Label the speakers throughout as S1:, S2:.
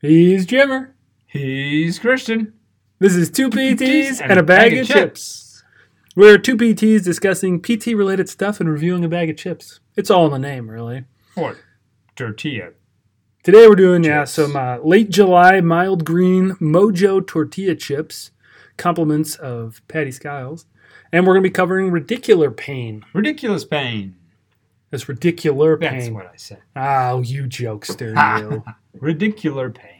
S1: He's Jimmer.
S2: He's Christian.
S1: This is two PTs and a bag of chips. We're two PTs discussing PT related stuff and reviewing a bag of chips. It's all in the name, really.
S2: Or tortilla.
S1: Today we're doing yeah
S2: Chips.
S1: some uh, late July mild green Mojo tortilla chips, compliments of Patty Skiles, and we're gonna be covering ridiculous pain.
S2: Ridiculous pain.
S1: That's ridiculous pain.
S2: That's what I said.
S1: Oh, you jokester, you.
S2: Ridiculous pain.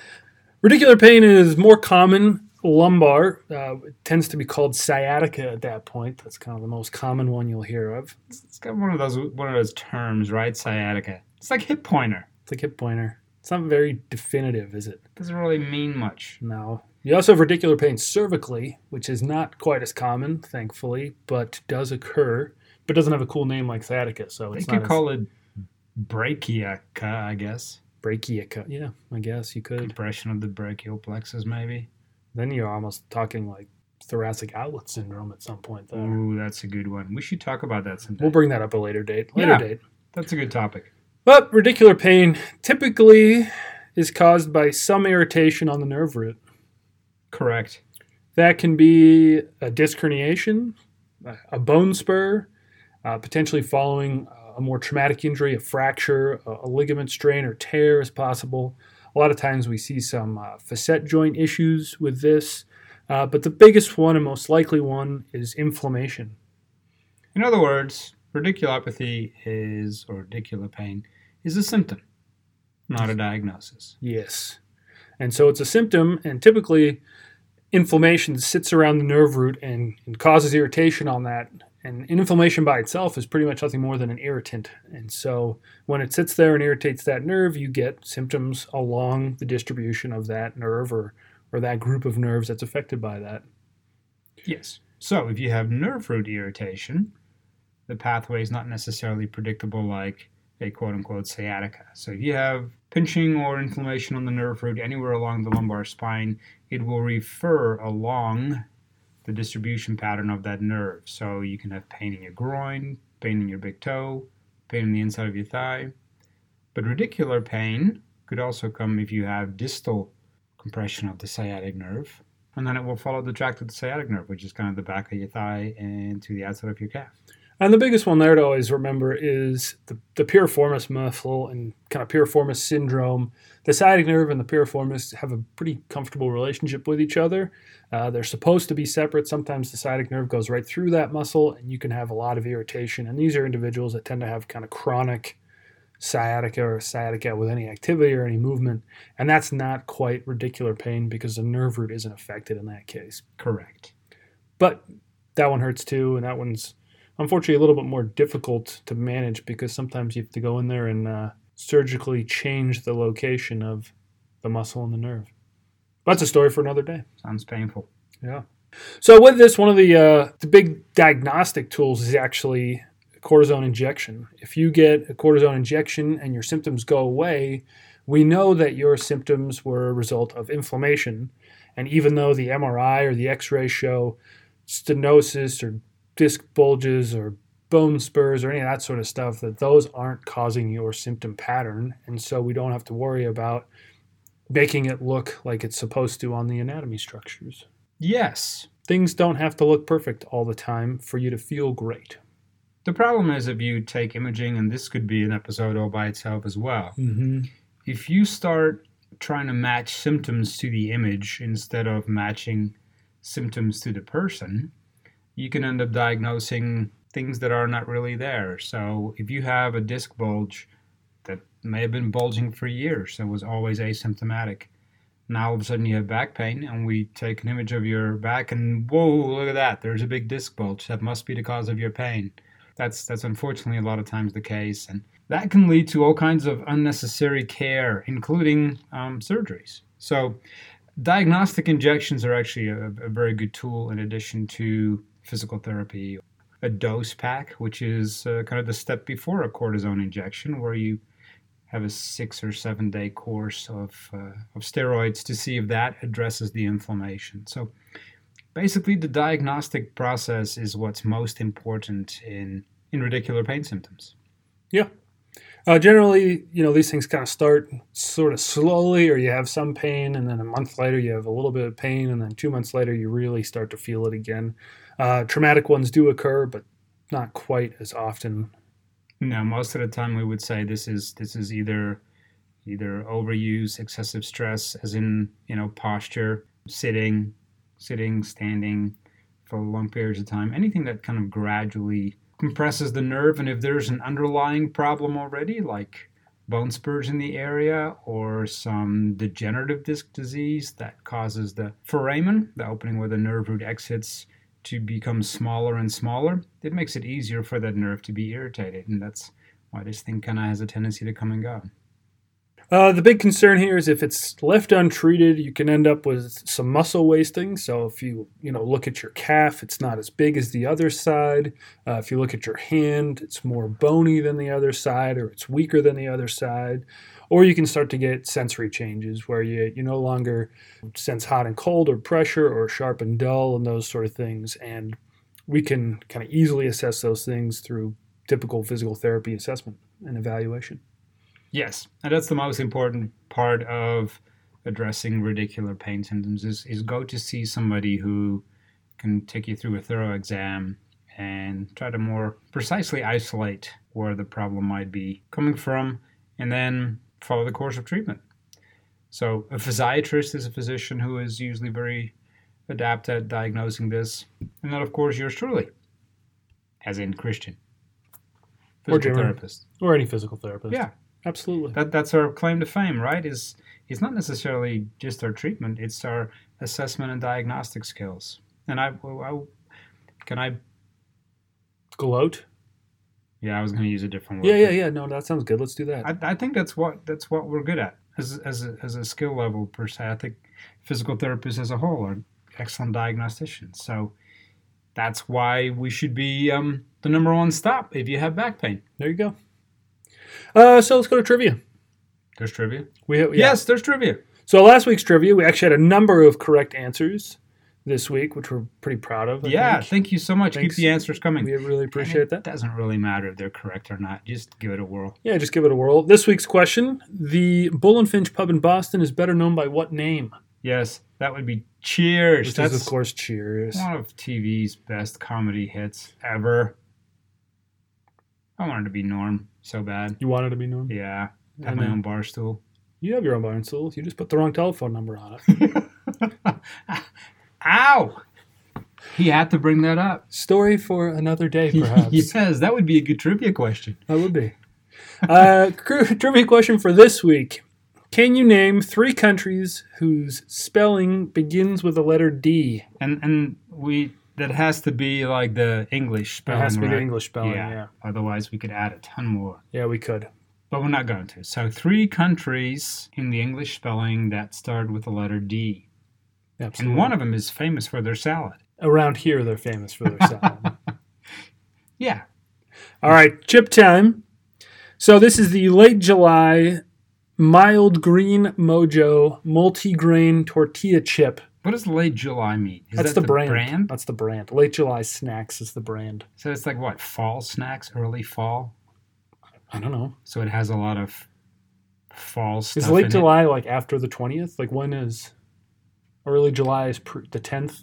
S1: Radicular pain is more common lumbar. Uh, it tends to be called sciatica at that point. That's kind of the most common one you'll hear of.
S2: It's it's got one of those one of those terms, right? Sciatica. It's like hip pointer.
S1: It's a hip pointer. It's not very definitive, is it?
S2: Doesn't really mean much.
S1: No. You also have radicular pain cervically, which is not quite as common, thankfully, but does occur, but doesn't have a cool name like sciatica, so
S2: They
S1: it's
S2: could
S1: not
S2: call it brachioca, I
S1: as
S2: guess.
S1: brachioca. Yeah, I guess you could.
S2: Compression of the brachial plexus, maybe.
S1: Then you're almost talking like thoracic outlet syndrome at some point, though.
S2: Ooh, that's a good one. We should talk about that sometime.
S1: We'll bring that up a later date. Later
S2: Yeah.
S1: date.
S2: that's a good topic.
S1: But radicular pain typically is caused by some irritation on the nerve root.
S2: Correct.
S1: That can be a disc herniation, a- a bone spur, uh, potentially following a more traumatic injury, a fracture, a, a ligament strain or tear is possible. A lot of times we see some uh, facet joint issues with this, uh, but the biggest one and most likely one is inflammation.
S2: In other words, radiculopathy is, or radicular pain, is a symptom, not a diagnosis.
S1: Yes. And so it's a symptom, and typically inflammation sits around the nerve root and, and causes irritation on that. And inflammation by itself is pretty much nothing more than an irritant. And so when it sits there and irritates that nerve, you get symptoms along the distribution of that nerve or, or that group of nerves that's affected by that.
S2: Yes. So if you have nerve root irritation, the pathway is not necessarily predictable like a quote unquote sciatica. So if you have pinching or inflammation on the nerve root anywhere along the lumbar spine, it will refer along the distribution pattern of that nerve. So you can have pain in your groin, pain in your big toe, pain in the inside of your thigh. But radicular pain could also come if you have distal compression of the sciatic nerve and then it will follow the track to the sciatic nerve, which is kind of the back of your thigh and to the outside of your calf.
S1: And the biggest one there to always remember is the, the piriformis muscle and kind of piriformis syndrome. The sciatic nerve and the piriformis have a pretty comfortable relationship with each other. Uh, they're supposed to be separate. Sometimes the sciatic nerve goes right through that muscle, and you can have a lot of irritation. And these are individuals that tend to have kind of chronic sciatica or sciatica with any activity or any movement. And that's not quite radicular pain because the nerve root isn't affected in that case
S2: Correct.
S1: but that one hurts too and that one's unfortunately a little bit more difficult to manage because sometimes you have to go in there and uh, surgically change the location of the muscle and the nerve but that's a story for another day
S2: Sounds painful.
S1: yeah so with this one of the uh, the big diagnostic tools is actually cortisone injection if you get a cortisone injection and your symptoms go away we know that your symptoms were a result of inflammation and even though the mri or the x-ray show stenosis or disc bulges or bone spurs or any of that sort of stuff that those aren't causing your symptom pattern and so we don't have to worry about making it look like it's supposed to on the anatomy structures
S2: Yes.
S1: things don't have to look perfect all the time for you to feel great
S2: The problem is if you take imaging, and this could be an episode all by itself as well,
S1: mm-hmm.
S2: if you start trying to match symptoms to the image instead of matching symptoms to the person, you can end up diagnosing things that are not really there. So if you have a disc bulge that may have been bulging for years and was always asymptomatic, now all of a sudden you have back pain and we take an image of your back and whoa look at that there's a big disc bulge that must be the cause of your pain that's that's unfortunately a lot of times the case and that can lead to all kinds of unnecessary care including um, surgeries so diagnostic injections are actually a, a very good tool in addition to physical therapy a dose pack which is uh, kind of the step before a cortisone injection where you have a six or seven day course of, uh, of steroids to see if that addresses the inflammation. So basically, the diagnostic process is what's most important in, in radicular pain symptoms.
S1: Uh, generally, you know, these things kind of start sort of slowly, or you have some pain, and then a month later you have a little bit of pain, and then two months later you really start to feel it again. Uh, traumatic ones do occur, but not quite as often.
S2: No, most of the time we would say this is this is either either overuse, excessive stress, as in you know posture, sitting, sitting, standing for long periods of time, anything that kind of gradually compresses the nerve. And if there's an underlying problem already, like bone spurs in the area or some degenerative disc disease that causes the foramen, the opening where the nerve root exits, to become smaller and smaller, it makes it easier for that nerve to be irritated. And that's why this thing kind of has a tendency to come and go.
S1: Uh, the big concern here is if it's left untreated, you can end up with some muscle wasting. So if you you know look at your calf, it's not as big as the other side. Uh, if you look at your hand, it's more bony than the other side, or it's weaker than the other side. Or you can start to get sensory changes where you you no longer sense hot and cold, or pressure, or sharp and dull, and those sort of things. And we can kind of easily assess those things through typical physical therapy assessment and evaluation.
S2: Yes, and that's the most important part of addressing radicular pain symptoms is, is go to see somebody who can take you through a thorough exam and try to more precisely isolate where the problem might be coming from and then follow the course of treatment. So a physiatrist is a physician who is usually very adept at diagnosing this. And then of course yours truly. As in Christian.
S1: Physical or German, therapist. Or any physical therapist.
S2: Yeah
S1: absolutely
S2: that that's our claim to fame right is it's not necessarily just our treatment it's our assessment and diagnostic skills and i, I can i
S1: gloat
S2: yeah i was going to use a different
S1: word yeah yeah yeah no that sounds good let's do that
S2: i, I think that's what that's what we're good at as, as, a, as a skill level per se i think physical therapists as a whole are excellent diagnosticians so that's why we should be um, the number one stop if you have back pain
S1: there you go uh, so let's go to trivia.
S2: There's trivia.
S1: We, yeah.
S2: Yes, there's trivia.
S1: So last week's trivia, we actually had a number of correct answers this week, which we're pretty proud of.
S2: I yeah, think. thank you so much. Thanks. Keep the answers coming.
S1: We really appreciate that.
S2: Doesn't really matter if they're correct or not. Just give it a whirl.
S1: Yeah, just give it a whirl. This week's question: The Bull and Finch Pub in Boston is better known by what name?
S2: Yes, that would be Cheers.
S1: Which That's is of course Cheers.
S2: One of TV's best comedy hits ever. I wanted to be Norm so bad.
S1: You wanted to be Norm?
S2: Yeah. I have my own bar stool.
S1: You have your own bar stool. You just put the wrong telephone number on it.
S2: Ow! He had to bring that up.
S1: Story for another day, perhaps.
S2: yes, that would be a good trivia question.
S1: That would be. Uh, trivia question for this week. Can you name three countries whose spelling begins with the letter D?
S2: And and we that has to be like the English spelling.
S1: It has to be
S2: right?
S1: the English spelling. Yeah. yeah.
S2: Otherwise, we could add a ton more.
S1: Yeah, we could.
S2: But we're not going to. So, three countries in the English spelling that start with the letter D.
S1: Absolutely.
S2: And one of them is famous for their salad.
S1: Around here, they're famous for their salad.
S2: yeah.
S1: All right, chip time. So, this is the late July mild green mojo multi grain tortilla chip
S2: what does Late July mean?
S1: Is That's that the, the brand. brand. That's the brand. Late July snacks is the brand.
S2: So it's like what fall snacks, early fall.
S1: I don't know.
S2: So it has a lot of fall stuff.
S1: Is Late July it. like after the twentieth? Like when is early July is pre- the tenth?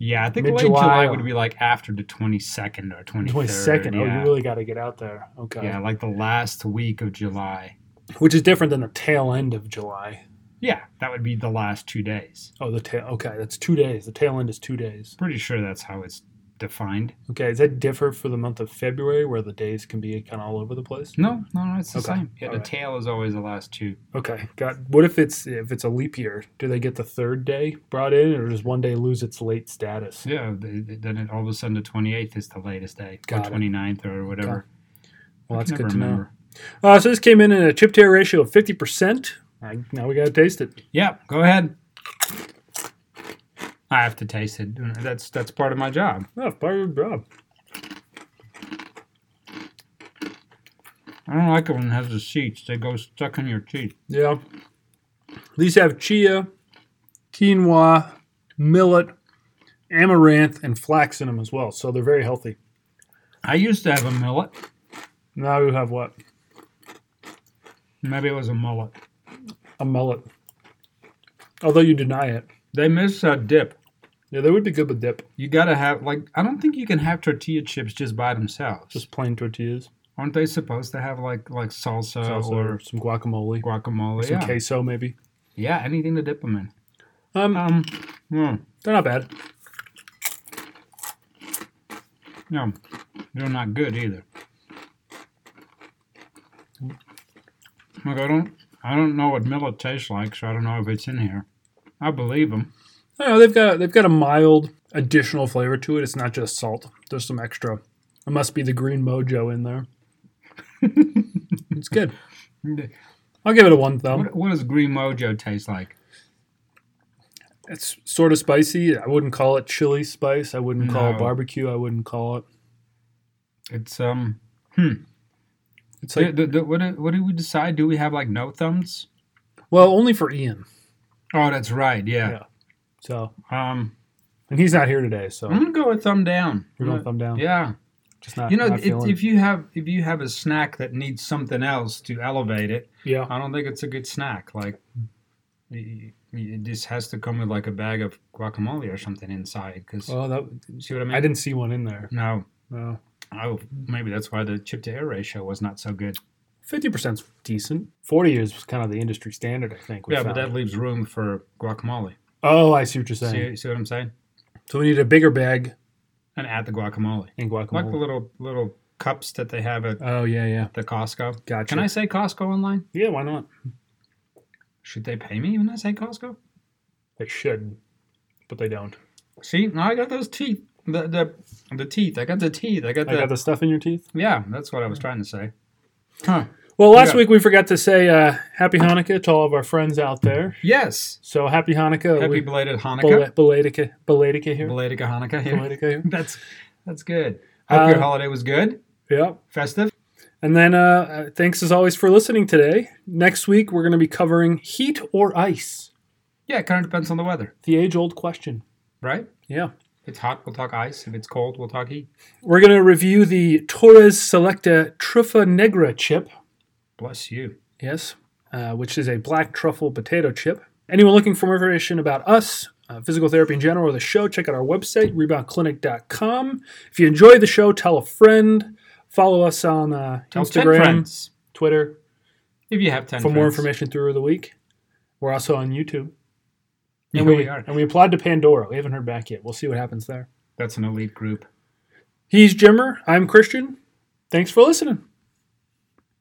S2: Yeah, I think Mid-July Late July would be like after the twenty second or twenty
S1: twenty second. Oh, you really got to get out there. Okay.
S2: Yeah, like the last week of July,
S1: which is different than the tail end of July.
S2: Yeah, that would be the last two days.
S1: Oh, the tail. Okay, that's two days. The tail end is two days.
S2: Pretty sure that's how it's defined.
S1: Okay, does that differ for the month of February, where the days can be kind of all over the place?
S2: No, no, no, it's the okay. same. Yeah, all the right. tail is always the last two.
S1: Okay, got. What if it's if it's a leap year? Do they get the third day brought in, or does one day lose its late status?
S2: Yeah, then it, all of a sudden the twenty eighth is the latest day, got or 29th or whatever.
S1: Okay. Well, that's good to remember. know. Uh, so this came in at a chip tear ratio of fifty percent, now we gotta taste it.
S2: Yeah, go ahead. I have to taste it. That's that's part of my job.
S1: That's part of your job.
S2: I don't like it when it has the seeds. They go stuck in your teeth.
S1: Yeah. These have chia, quinoa, millet, amaranth, and flax in them as well. So they're very healthy.
S2: I used to have a millet.
S1: Now you have what?
S2: Maybe it was a mullet.
S1: A mullet. Although you deny it.
S2: They miss a dip.
S1: Yeah, they would be good with dip.
S2: You gotta have like I don't think you can have tortilla chips just by themselves.
S1: Just plain tortillas.
S2: Aren't they supposed to have like like salsa,
S1: Salsa,
S2: Uh, or
S1: some guacamole.
S2: guacamole?
S1: Some
S2: yeah.
S1: queso, maybe.
S2: yeah, anything to dip them in.
S1: Um,
S2: Um, mm,
S1: They're not bad.
S2: no, they're not good either. Look, I don't I don't know what millet tastes like, so I don't know if it's in here. I believe them.
S1: I don't know, they've got they've got a mild additional flavor to it. It's not just salt. There's some extra. It must be the green mojo in there. it's good. I'll give it a one thumb.
S2: Mm-hmm. What, what does green mojo taste like?
S1: It's sort of spicy. I wouldn't call it chili spice. I wouldn't call it
S2: No.
S1: barbecue. I wouldn't call it.
S2: It's um.
S1: It's
S2: The,
S1: like
S2: the, the, what, do- what do we decide? Do we have like no thumbs?
S1: well, only for Ian.
S2: Oh, that's right. Yeah.
S1: So
S2: Um,
S1: and he's not here today. So
S2: I'm gonna go with thumb down.
S1: we're going thumb down.
S2: Mm-hmm. Yeah.
S1: Just not.
S2: You know,
S1: not
S2: if,
S1: feeling-
S2: if you have if you have a snack that needs something else to elevate it,
S1: yeah.
S2: I don't think it's a good snack. Like, y- y- it just has to come with like a bag of guacamole or something inside. Because
S1: Well, that,
S2: see what I mean?
S1: I didn't see one in there.
S2: No.
S1: No.
S2: Oh, maybe that's why the chip to air ratio was not so good.
S1: Fifty percent's decent. Forty is kind of the industry standard, I think. we
S2: yeah, but
S1: found.
S2: that leaves room for guacamole.
S1: oh, I see what you're saying.
S2: See, see what I'm saying?
S1: So we need a bigger bag
S2: And add the guacamole.
S1: and
S2: like the
S1: guacamole.
S2: little little cups that they have at
S1: Oh yeah, yeah.
S2: the Costco.
S1: Gotcha.
S2: Can I say Costco online?
S1: Yeah, why not?
S2: Should they pay me when I say Costco?
S1: They should, but they don't.
S2: See, now I got those teeth. The the the teeth. I got the teeth. I got
S1: I
S2: the,
S1: got the stuff in your teeth.
S2: yeah. That's what I was trying to say. Huh.
S1: Well, last
S2: Yeah.
S1: week we forgot to say uh, Happy Hanukkah to all of our friends out there.
S2: Yes.
S1: So Happy Hanukkah.
S2: Happy
S1: We-
S2: belated Hanukkah.
S1: Bel- Beladika, Beladika here.
S2: Belated Hanukkah. Yeah.
S1: Beladika here.
S2: That's that's good. Hope your
S1: Uh,
S2: holiday was good,
S1: Yep.
S2: festive.
S1: And then uh, uh, thanks as always for listening today. Next week we're going to be covering heat or ice,
S2: Yeah, it kind of depends on the weather,
S1: the age-old question.
S2: right?
S1: Yeah.
S2: If it's hot, we'll talk ice. If it's cold, we'll talk heat.
S1: We're going to review the Torres Selecta Truffa Negra chip.
S2: Bless you.
S1: Yes, uh, which is a black truffle potato chip. Anyone looking for more information about us, uh, physical therapy in general, or the show, check out our website, reboundclinic.com. If you enjoy the show, tell a friend. Follow us on uh,
S2: Tell ten
S1: Instagram,
S2: friends
S1: Twitter
S2: if you have ten.
S1: for more
S2: friends.
S1: information through the week. We're also on YouTube.
S2: Yeah,
S1: and we,
S2: we are.
S1: And we applied to Pandora. We haven't heard back yet. We'll see what happens there.
S2: That's an elite group.
S1: He's Jimmer. I'm Christian. Thanks for listening.